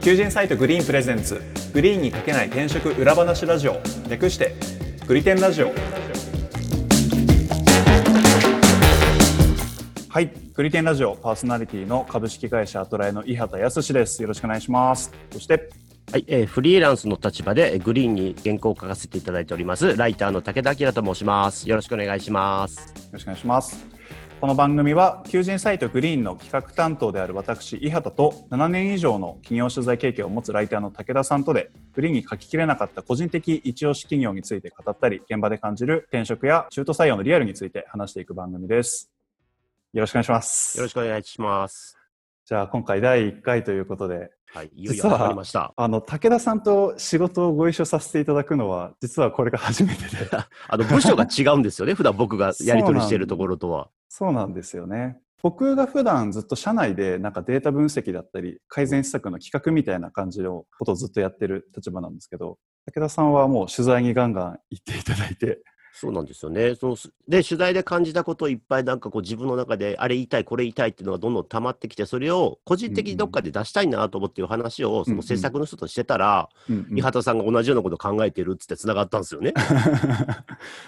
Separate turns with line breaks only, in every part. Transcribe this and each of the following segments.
求人サイトグリーンプレゼンツグリーンにかけない転職裏話ラジオ略してグリテンラジオはいグリテンラジオパーソナリティの株式会社アトライの伊畑康ですよろしくお願いしますそして
はい、えーフリーランスの立場でグリーンに原稿を書かせていただいておりますライターの武田明と申しますよろしくお願いします
よろしくお願いします。この番組は求人サイトグリーンの企画担当である私伊畑と7年以上の企業取材経験を持つライターの武田さんとでグリーンに書ききれなかった個人的一押し企業について語ったり現場で感じる転職や中途採用のリアルについて話していく番組です。よろしくお願いします。
よろしくお願いします
じゃあ今回第1回ということで
はい、いよいよ
実は
始まりました
あの武田さんと仕事をご一緒させていただくのは実はこれが初めてで
あの部署が違うんです よね普段僕がやり取りしているところとは
そうなんですよね。僕が普段ずっと社内でなんかデータ分析だったり改善施策の企画みたいな感じのことをずっとやってる立場なんですけど、武田さんはもう取材にガンガン行っていただいて、
そうなんですよねそのすで取材で感じたことをいっぱいなんかこう自分の中であれ言いたいこれ言いたいっていうのがどんどん溜まってきてそれを個人的にどっかで出したいなと思っていう話をその制作の人としてたら、
うんうん
伊畑さんが同じようなこと考えてるっつってつながったんですよね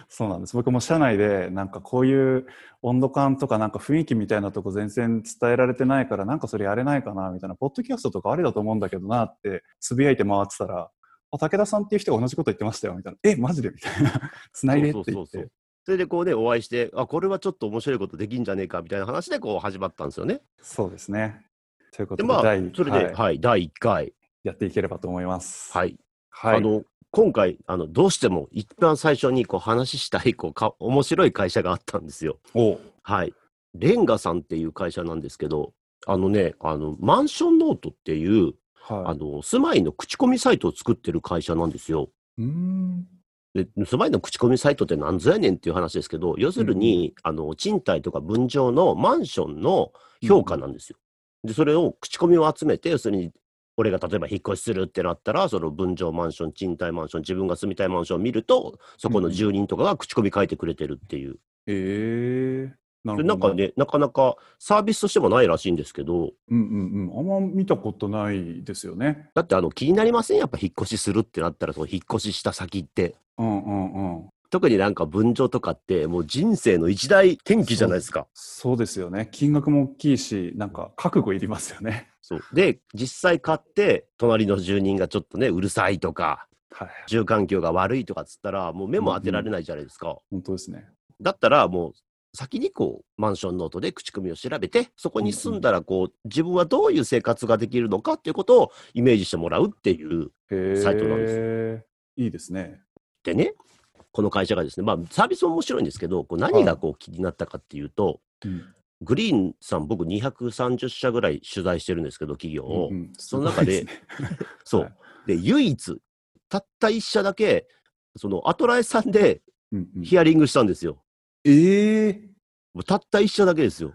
そうなんです。僕も社内でなんかこういう温度感とかなんか雰囲気みたいなとこ全然伝えられてないからなんかそれやれないかなみたいな、ポッドキャストとかあれだと思うんだけどなってつぶやいて回ってたら、あ武田さんっていう人が同じこと言ってましたよみたいな、え、マジでみたいな、 繋いでって
そ
言っ
う
て。
そうそうそうそれでこうねお会いしてあこれはちょっと面白いことできんじゃねえかみたいな話でこう始まったんですよね
そうですね。ということ
で
で、
まあ
第一
それでは
回
い、第1回
やっていければと思います。。
はいい、
はい、
あの今回あのどうしても一番最初にこう話したいこうか面白い会社があったんですよ
お
はいレンガさんっていう会社なんですけどあのねあのマンションノートっていうあ
は
の住まいの口コミサイトを作ってる会社なんですよ
い。うーん。
で住まいの口コミサイトってなんぞやねんっていう話ですけど、要するに、あの賃貸とか分譲のマンションの評価なんですよ。で、それを口コミを集めて、要するに、俺が例えば引っ越しするってなったら、その分譲マンション、賃貸マンション、自分が住みたいマンションを見ると、そこの住人とかが口コミ書いてくれてるっていう、
ええな
でなんか、ね、なかなかサービスとしてもないらしいんですけど、
うんうんうん。あんま見たことないですよね。
だってあの気になりません、やっぱ引っ越しするってなったら、その引っ越しした先って。
うんうんうん。
特になんか分譲とかって、もう人生の一大転機じゃないですか。
そうですよね。金額も大きいし、なんか覚悟いりますよね。
そうで実際買って隣の住人がちょっとねうるさいとか
はい。
住環境が悪いとかっつったらもう目も当てられないじゃないですか、
本当ですね。
だったらもう先にこうマンションノートで口コミを調べてそこに住んだらこう自分はどういう生活ができるのかっていうことをイメージしてもらうっていう
へえ
サイトなんです
いいですね。
でねこの会社がですねまあサービスも面白いんですけどこう何がこう気になったかっていうと、
うん。
グリーンさん僕230社ぐらい取材してるんですけど企業を、
うんうん
その中で、
すごいすね
そう、
はい
で唯一たった一社だけそのアトラエさんで
うんうん、
ヒアリングしたんですよ。
ええ
もうたった一社だけですよ。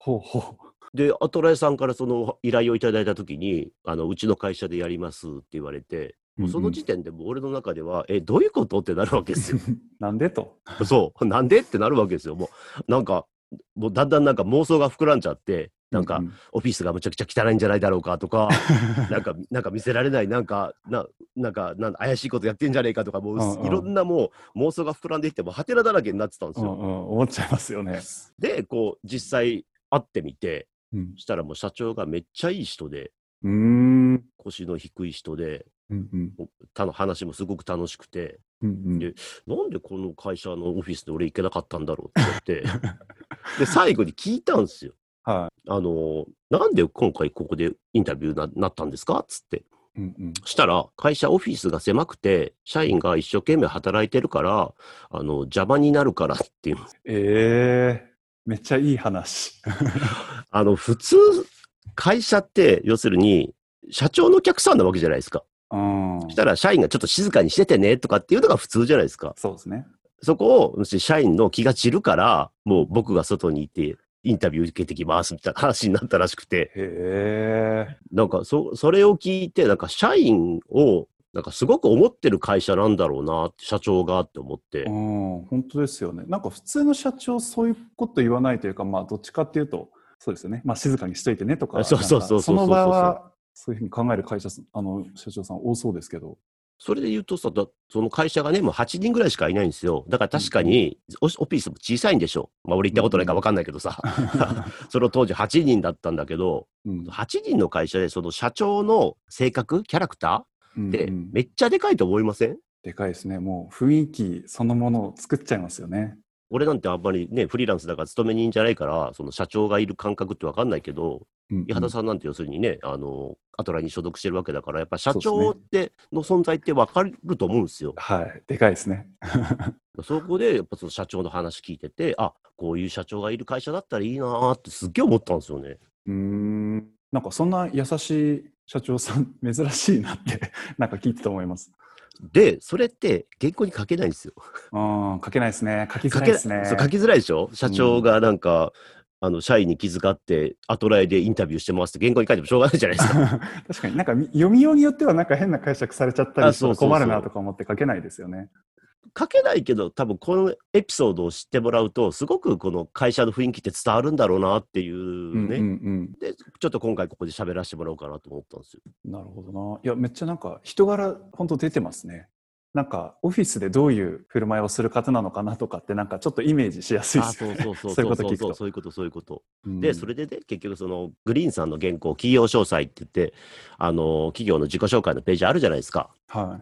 ほうほ
でアトラエさんからその依頼をいただいた時にあのうちの会社でやりますって言われて
う。
もうその時点でもう俺の中では、えどういうことってなるわけですよ。
うんうんなんでと。
そうなんでってなるわけですよ。もうなんかもうだんだんなんか妄想が膨らんちゃってなんか
うう
オフィスがむちゃくちゃ汚いんじゃないだろうかとか なんかなんか見せられないなんかななんかなん怪しいことやってんじゃねえかとかもううす
うんうん
いろんなもう妄想が膨らんできてもうはてらだらけになってたんです
うんう
よ。
ん、思っちゃいますよね。
でこう実際会ってみて
うん
そしたらもう社長がめっちゃいい人で
うーん。
腰の低い人で
うんうん。
他の話もすごく楽しくて
うんうん
で。なんでこの会社のオフィスで俺行けなかったんだろうっ て思ってで最後に聞いたんですよ。
は
あのなんで今回ここでインタビューななったんですかっつって。
い。うんうん。
したら、会社オフィスが狭くて、社員が一生懸命働いてるから、あの、邪魔になるから っていう。
ええめっちゃいい話。
あの、普通、会社って、要するに、社長のお客さんなわけじゃないですか。
うん
そし。たら、社員がちょっと静かにしててね、とかっていうのが普通じゃないですか。
そうですね。
そこを、もし社員の気が散るから、もう僕が外に行って、インタビュー受けてきます、みたいな話になったらしくて、
へえ。
なんか、そ、それを聞いて、なんか、社員を、なんか、すごく思ってる会社なんだろうなって、社長がって思って
う。ん、本当ですよね。なんか普通の社長そういうこと言わないというか、まあどっちかっていうと、そうですよね。まあ静かにしといてねとか、
あそうそうそうそう
なんかその場はそういうふうに考える会社さんあの社長さん多そうですけど。
それで言うとさ、だその会社がね、もう8人ぐらいしかいないんですよ。だから確かに、オオフィスも小さいんでしょう。まあ、俺行ったことないから分かんないけどさ、その当時8人だったんだけど、
うん
8人の会社で、その社長の性格、キャラクタ
う
ー
ん
って
うん
めっちゃでかいと思いません、
でかいですね。もう雰囲気そのものを作っちゃいますよね。
俺なんてあんまりね、フリーランスだから勤め人じゃないから、その社長がいる感覚って分かんないけど、
うん
伊畑
ん。
さんなんて要するにね、あの、アトラに所属してるわけだから、やっぱ社
そ
長
う
っ
で
て、の存在って分かると思うんですよ。
はい。でかいですね。
そこで、やっぱその社長の話聞いてて、あこういう社長がいる会社だったらいいなーってすっげえ思ったんですよね。
うーん。なんかそんな優しい社長さん 珍しいなって なんか聞いてて思います。
で、それって原稿に書けないんですよ。
うん。書けないですね。書きづ
書
ら
け
いで
ない
すね。
そう書きづらいでしょ社長がなんか、あの社員に気遣って、アトライでインタビューしてますって原稿に書いてもしょうがないじゃない ですか。
確かになんか読みようによってはなんか変な解釈されちゃった
あ
りした
そう
ら
そうそう
困るなとか思って書けないですよね。
書けないけど、多分このエピソードを知ってもらうと、すごくこの会社の雰囲気って伝わるんだろうなっていうね、
うんうん
で、ちょっと今回ここで喋らせてもらおうかなと思ったんですよ。
うん。なるほどな。いやめっちゃなんか人柄本当出てますね。なんかオフィスでどういう振る舞いをする方なのかなとかってなんかちょっとイメージしやすいで
あ
す
そ
よ
う
ね。
そうそ う
そ
そ
い
う
う
う
こと
そ
聞
う
くと
そういうことそういうこと。
うん
で、それでね、結局そのグリーンさんの原稿、企業詳細って言って、あの企業の自己紹介のページあるじゃないですか。
は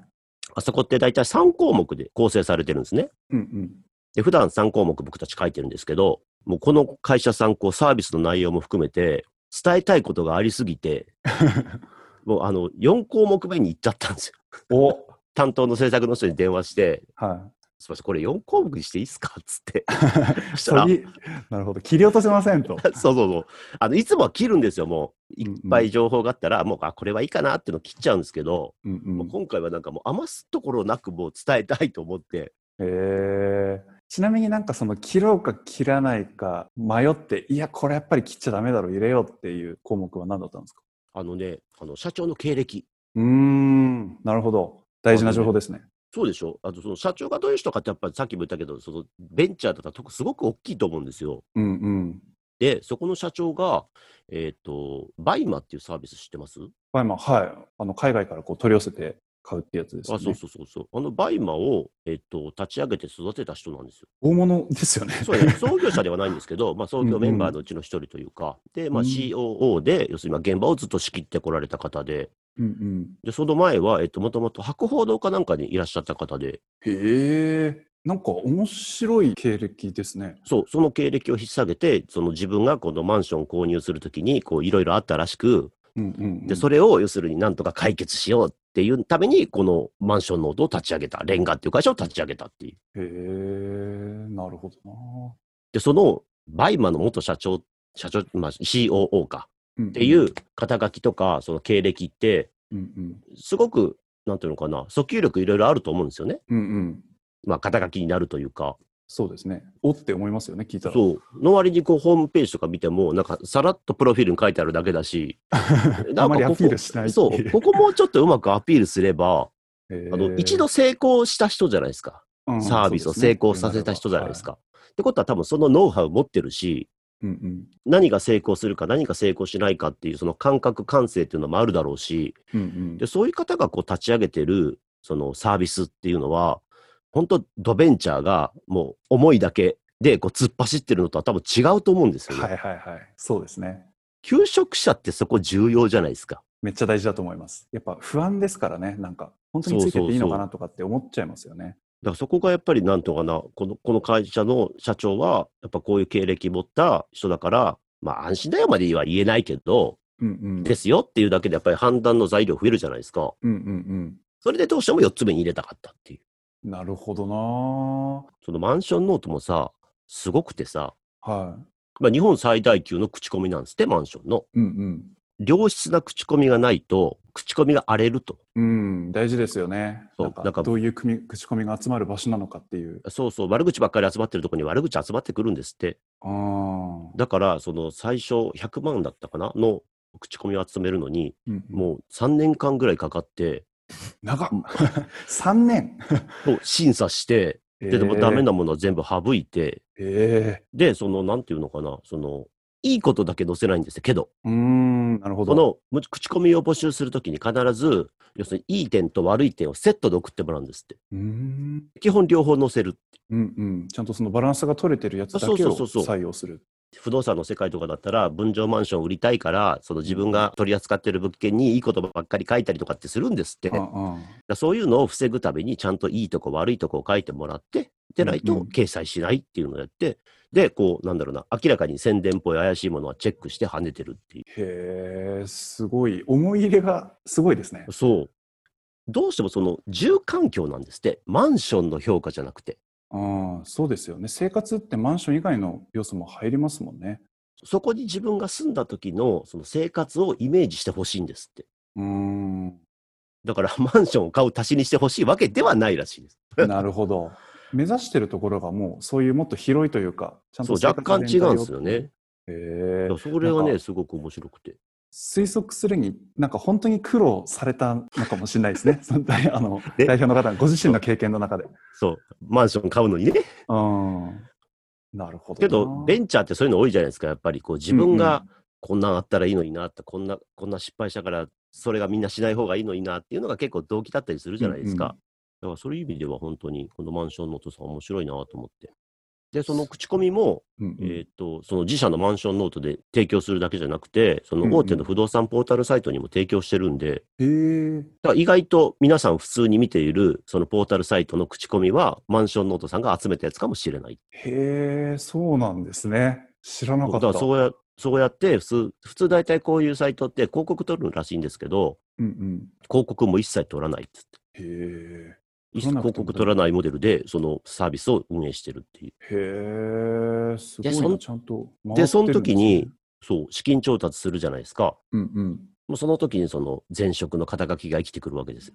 あそこって大体3項目で構成されてるんですね。
い。うんうん。
で、普段3項目僕たち書いてるんですけど、もうこの会社さん、こうサービスの内容も含めて、伝えたいことがありす ぎて、もうあの、4項目目に行っちゃったんですよ。
お
担当の制作の人に電話して、
は
すいません、これ4項目にしていいですかっ つって。そ
い。
したら
そ、ぎなるほど。切り落とせません と。
そうそうそう。あの、いつもは切るんですよ、もう。い
うんうん
っぱい情報があったら、もう、あ、これはいいかなっていうのを切っちゃうんですけど、
うんう。
もうん今回はなんかもう余すところなくもう伝えたいと思って、
へえちなみになんかその切ろうか切らないか迷って、いや、これやっぱり切っちゃダメだろ、入れようっていう項目は何だったんですか
あのね、あの、社長の経歴。
うーん、なるほど。大事な情報ですね。
そうでしょあと、その社長がどういう人かって、やっぱりさっきも言ったけど、そのベンチャーとか特、すごく大きいと思うんですよ。
うんうん。
で、そこの社長が、えっ、と、バイマっていうサービス知ってます
バイマン、はい。あの、海外からこう取り寄せて買うってやつですよ
あ、
ね。
そうそうそうそう。あのバイマを、えっ、と、立ち上げて育てた人なんですよ。
大物ですよね。
そうね、創業者ではないんですけど、まあ、創
うんう
業
ん
メンバーのうちの一人というか、で、まあ、
うん
COO で、要するにまあ現場をずっと仕切ってこられた方で、
うんうん。
でその前は、えっと、もともと博報堂かなんかにいらっしゃった方で、
へえなんか面白い経歴ですね。
そう、その経歴を引っ提げて、その自分がこのマンションを購入するときに、こう、いろいろあったらしく、
うんうん、うん。
で、それを要するになんとか解決しようっていうために、このマンションノートを立ち上げた、レンガっていう会社を立ち上げたっていう。
へえなるほどな。
で、その、バイマの元社長、社長、まあ、COO か、
っ
っていう肩書きとか、その経歴って、
うんうん
すごく、なんていうのかな、訴求力いろいろあると思うんですよね。
うんうん
まあ、肩書きになるというか。
そうですねおって思いますよね聞いたら
そう。の割に、こう、ホームページとか見ても、なんか、さらっとプロフィールに書いてあるだけだし、な
あ
ん
ま
か
り
ここ
アピールしない
そ、
っていう
ここもうちょっとうまくアピールすれば、
へー
あの、一度成功した人じゃないですか。
うん
サービス
そ
を
うです
成
ね
功させた人じゃないですか。ってことは、多分そのノウハウ持ってるし、
うんうん
何が成功するか何が成功しないかっていうその感覚感性っていうのもあるだろうし、
うんうん
で、そういう方がこう立ち上げてる、そのサービスっていうのは、本当ドベンチャーがもう思いだけでこう突っ走ってるのとは多分違うと思うんですよね。
はいはいはいそうですね
求職者ってそこ重要じゃないですか。
めっちゃ大事だと思いますやっぱ不安ですからねなんか本当についてっていいのかなとかって思っちゃいますよね
だからそこがやっぱりなんとかな、このこの会社の社長は、やっぱこういう経歴持った人だから、まあ安心だよまでは言えないけど、
うんうん
ですよっていうだけでやっぱり判断の材料増えるじゃないですか。
うんうん
それでどうしても4つ目に入れたかったっていう。
うんなるほどな
そのマンションノートもさ、すごくてさ、
は
まあ、日本最大級の口コミなんですって、マンションの。
いうん
良質な口コミがないと、口コミが荒れると。
うんうん大事ですよね
そう
なんか
なんか
どういう組口コミが集まる場所なのかっていう
そうそう、悪口ばっかり集まってるところに悪口集まってくるんですって。
ああ
だから、その最初100万だったかなの口コミを集めるのに、もう3年間ぐらいかかって、
長 っ3年
そう審査して、
え
で、でもダメなものは全部省いて、
え
で、その、なんていうのかな、その、いいことだけ載せないんですよけど、
うーん、なるほ
こ
ど。
のむ口コミを募集するときに必ず、要するにいい点と悪い点をセットで送ってもらうんですって。
うーん、
基本両方載せる。
うん、うん。ちゃんとそのバランスが取れてるやつだけを
そうそうそうそう
採用する。
不動産の世界とかだったら、分譲マンション売りたいから、その自分が取り扱ってる物件にいいことばっかり書いたりとかってするんですって。
あ
だか
あ
らそういうのを防ぐために、ちゃんといいとこ悪いとこを書いてもらって、でない
うんう
と
ん
掲載しないっていうのをやって、で、こう、なんだろうな、明らかに宣伝っぽい怪しいものはチェックして跳ねてるってい
へえ、すごい。思い入れがすごいですね
う。。そう。どうしてもその、住環境なんですって。マンションの評価じゃなくて。
ああ、そうですよね。生活ってマンション以外の要素も入りますもんね。
そこに自分が住んだ時のその生活をイメージしてほしいんですって。
うーん、
だからマンションを買う足しにしてほしいわけではないらしいです。
なるほど。目指してるところがもうそういうもっと広いというか、ちゃん
そ
と
う、若干違うんですよ
生活全体を。
ね。
へえ
いやそれは
なん
ね、
か
すごく面白くて。
推測するに、なんか本当に苦労されたのかもしれないです ね。その代あの
ね
代表の方、ご自身の経験の中で。
そう、マンション買うのにね。
うん。なるほどな。
けど、ベンチャーってそういうの多いじゃないですか、やっぱり。こう自分がこんなんあったらいいのになって、こんな、こんな失敗したから、それがみんなしない方がいいのになっていうのが結構動機だったりするじゃないです
うんう
か。だからそういう意味では本当に、このマンションのお父さん面白いなと思って。で、その口コミも、
うんうん、
えー、とその自社のマンションノートで提供するだけじゃなくて、そ
うんうん
の大手の不動産ポータルサイトにも提供してるんで、
へえ
だから意外と皆さん普通に見ているそのポータルサイトの口コミは、マンションノートさんが集めたやつかもしれない。
へえ、そうなんですね。知らなか
だ
っ
か
た。
らそうやそうやって普通、普通大体こういうサイトって広告取るらしいんですけど、
うんうん。
広告も一切取らないっつっ
へ
て。
え。
一
取ら
切
なくても
広告取らないモデルで、そのサービスを運営してるっていう。
へえ、すご
で
い
そ
な、
ん
ちゃんと回ってるん
です
ね
その時に、そう、資金調達するじゃないですか。
うんうん、
もうその時にその前職の肩書きが生きてくるわけですよ。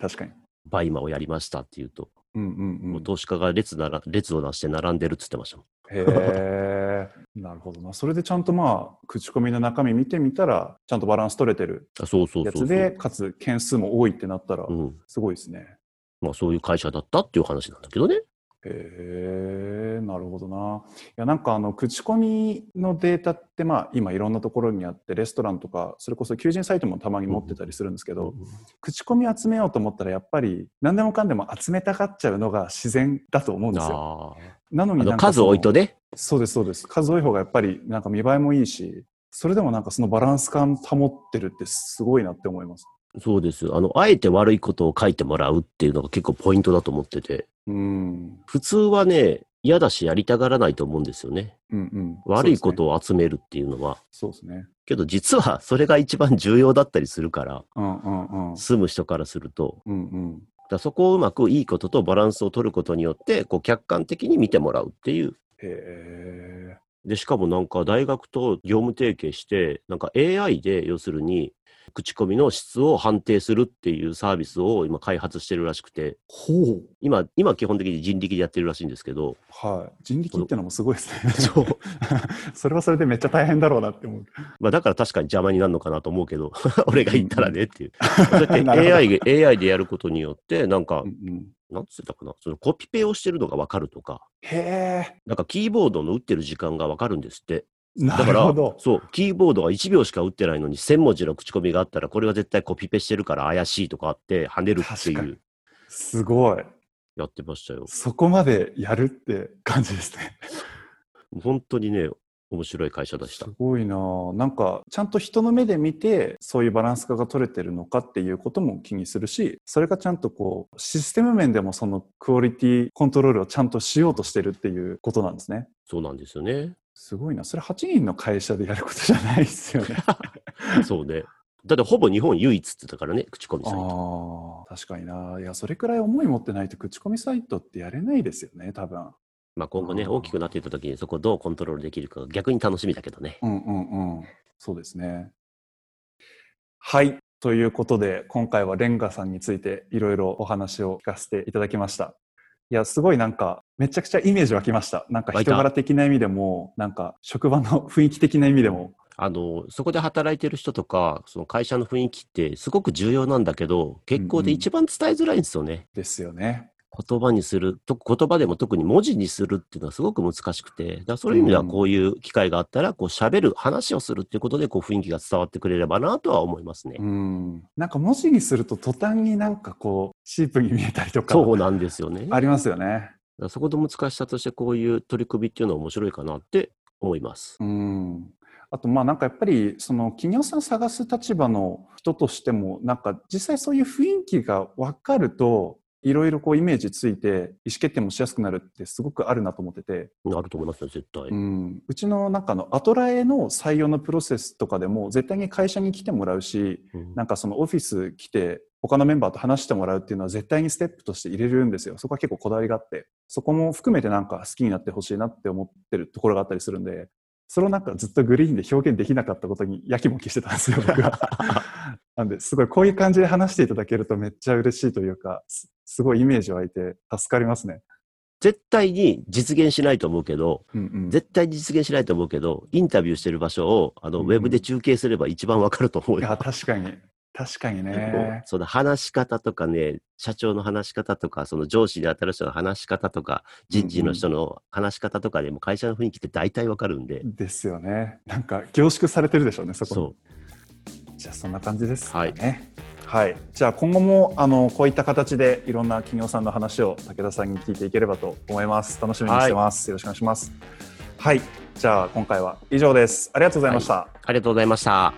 確かに。
バイマをやりましたっていうと、
うんうんう
も
ん
う、投資家が列なら列をなして並んでるって言ってましたもん。
へえ、なるほどな。それでちゃんとまあ、口コミの中身見てみたら、ちゃんとバランス取れてる
あそうそう
や
そうそ
つ
う。
で、かつ件数も多いってなったら
う、ん
すごいですね。
まあ、そういう会社だったっていう話なんだけどね。
へえ、なるほどな。いや、なんかあの、口コミのデータってまあ、今いろんなところにあって、レストランとか、それこそ求人サイトもたまに持ってたりするんですけど、口コミ集めようと思ったら、やっぱり何でもかんでも集めたがっちゃうのが自然だと思うんですよ。
あー
なの
あ
にな
の
んか
数
その
多いとね、
そうですそうです数多い方がやっぱりなんか見栄えもいいしそれでもなんかそのバランス感保ってるってすごいなって思います
そうですあの、あえて悪いことを書いてもらうっていうのが結構ポイントだと思ってて、
うん
普通はね、嫌だしやりたがらないと思うんですよね。
うんうん
悪いことを集めるっていうのは。
そうですね
けど実はそれが一番重要だったりするから、
うんうんうん
住む人からすると、
うんうん
だからそこをうまくいいこととバランスを取ることによって、こう客観的に見てもらうっていう。
へえ
で、しかもなんか大学と業務提携して、なんか AI で要するに、口コミの質を判定するっていうサービスを今開発してるらしくて、
ほう
今、今基本的に人力でやってるらしいんですけど、
はい人力ってのもすごいです ね
そう
それはそれでめっちゃ大変だろうなって思う
まあだから確かに邪魔になるのかなと思うけど、 俺が言ったらねっていう。そうやって
なるほど
AI で AI でやることによって、なんか
う、んうん
なんつってたかな、そのコピペをしてるのがわかるとか、
へえ
なんかキーボードの打ってる時間がわかるんですって。
な
だか
る
ら
ほど、
そう、キーボードが1秒しか打ってないのに1000文字の口コミがあったら、これは絶対コピペしてるから怪しいとかあって、跳ねるって
確か
い
に
う、
すごい
やってましたよ。
そこまでやるって感じですね
本当にね、面白い会社でした
す。ごいなあなんかちゃんと人の目で見てそういうバランス化が取れてるのかっていうことも気にするしそれがちゃんとこうシステム面でもそのクオリティコントロールをちゃんとしようとしてるっていうことなんですね
そうなんですよね。
すごいなそれ8人の会社でやることじゃないですよね
そうね。だってほぼ日本唯一って言ってたからね、口コミ
あ
サイト。
あ確かにないやそれくらい思い持ってないと口コミサイトってやれないですよね多分
まあ今後ね、
うん
大きくなっていった時にそこをどうコントロールできるかが逆に楽しみだけどね。
うんうんうん。そうですね。はい。ということで、今回はレンガさんについていろいろお話を聞かせていただきました。いや、すごいなんか、めちゃくちゃイメージ湧きました。なんか
湧い
人
た
柄的な意味でも、なんか職場の雰囲気的な意味でも。
あの、そこで働いてる人とか、その会社の雰囲気ってすごく重要なんだけど、結構
うんう
で
ん
一番伝えづらいんですよね。
ですよね。
言葉にすると、言葉でも特に文字にするっていうのはすごく難しくて、だからそういう意味では
うん
こういう機会があったら、こう喋る、話をするっていうことで、こう雰囲気が伝わってくれればなとは思いますね。
うん。なんか文字にすると途端になんかこう、シープに見えたりとか、
そうなんですよね。だ
あ
か
りますよね。
らそこの難しさとして、こういう取り組みっていうのは面白いかなって思います。
うん。あとまあなんかやっぱりその企業さん探す立場の人としてもなんか実際そういう雰囲気が分かるといろいろこうイメージついて意思決定もしやすくなるってすごくあるなと思ってて、
あると思いますね、絶対
う。ん、うちのなんかあのアトラエの採用のプロセスとかでも絶対に会社に来てもらうし
うん
なんかそのオフィス来て他のメンバーと話してもらうっていうのは絶対にステップとして入れるんですよそこは結構こだわりがあってそこも含めてなんか好きになってほしいなって思ってるところがあったりするんでそれをなんかずっとグリーンで表現できなかったことにやきもきしてたんですよ僕 はなんですごいこういう感じで話していただけるとめっちゃ嬉しいというかすすごいイメージ湧いて助かりますね、
絶対に実現しないと思うけど、
うんうん、
絶対に実現しないと思うけど、インタビューしてる場所をあの、
うん
ウェブで中継すれば一番わかると思う
い
よ。
や確かに確かにね
その話し方とかね、社長の話し方とか、その上司に当たる人の話し方とか、人事の人の話し方とかでも会社の雰囲気って大体わかるんで、
ですよね。なんか凝縮されてるでしょうね、そこに
そ
じゃあそんな感じですかね。はい。じゃあ今後もあのこういった形でいろんな企業さんの話を武田さんに聞いていければと思います。楽しみにしてます。よろしくお願いします。はい。じゃあ今回は以上です。ありがとうございました。
う。ありがとうございました。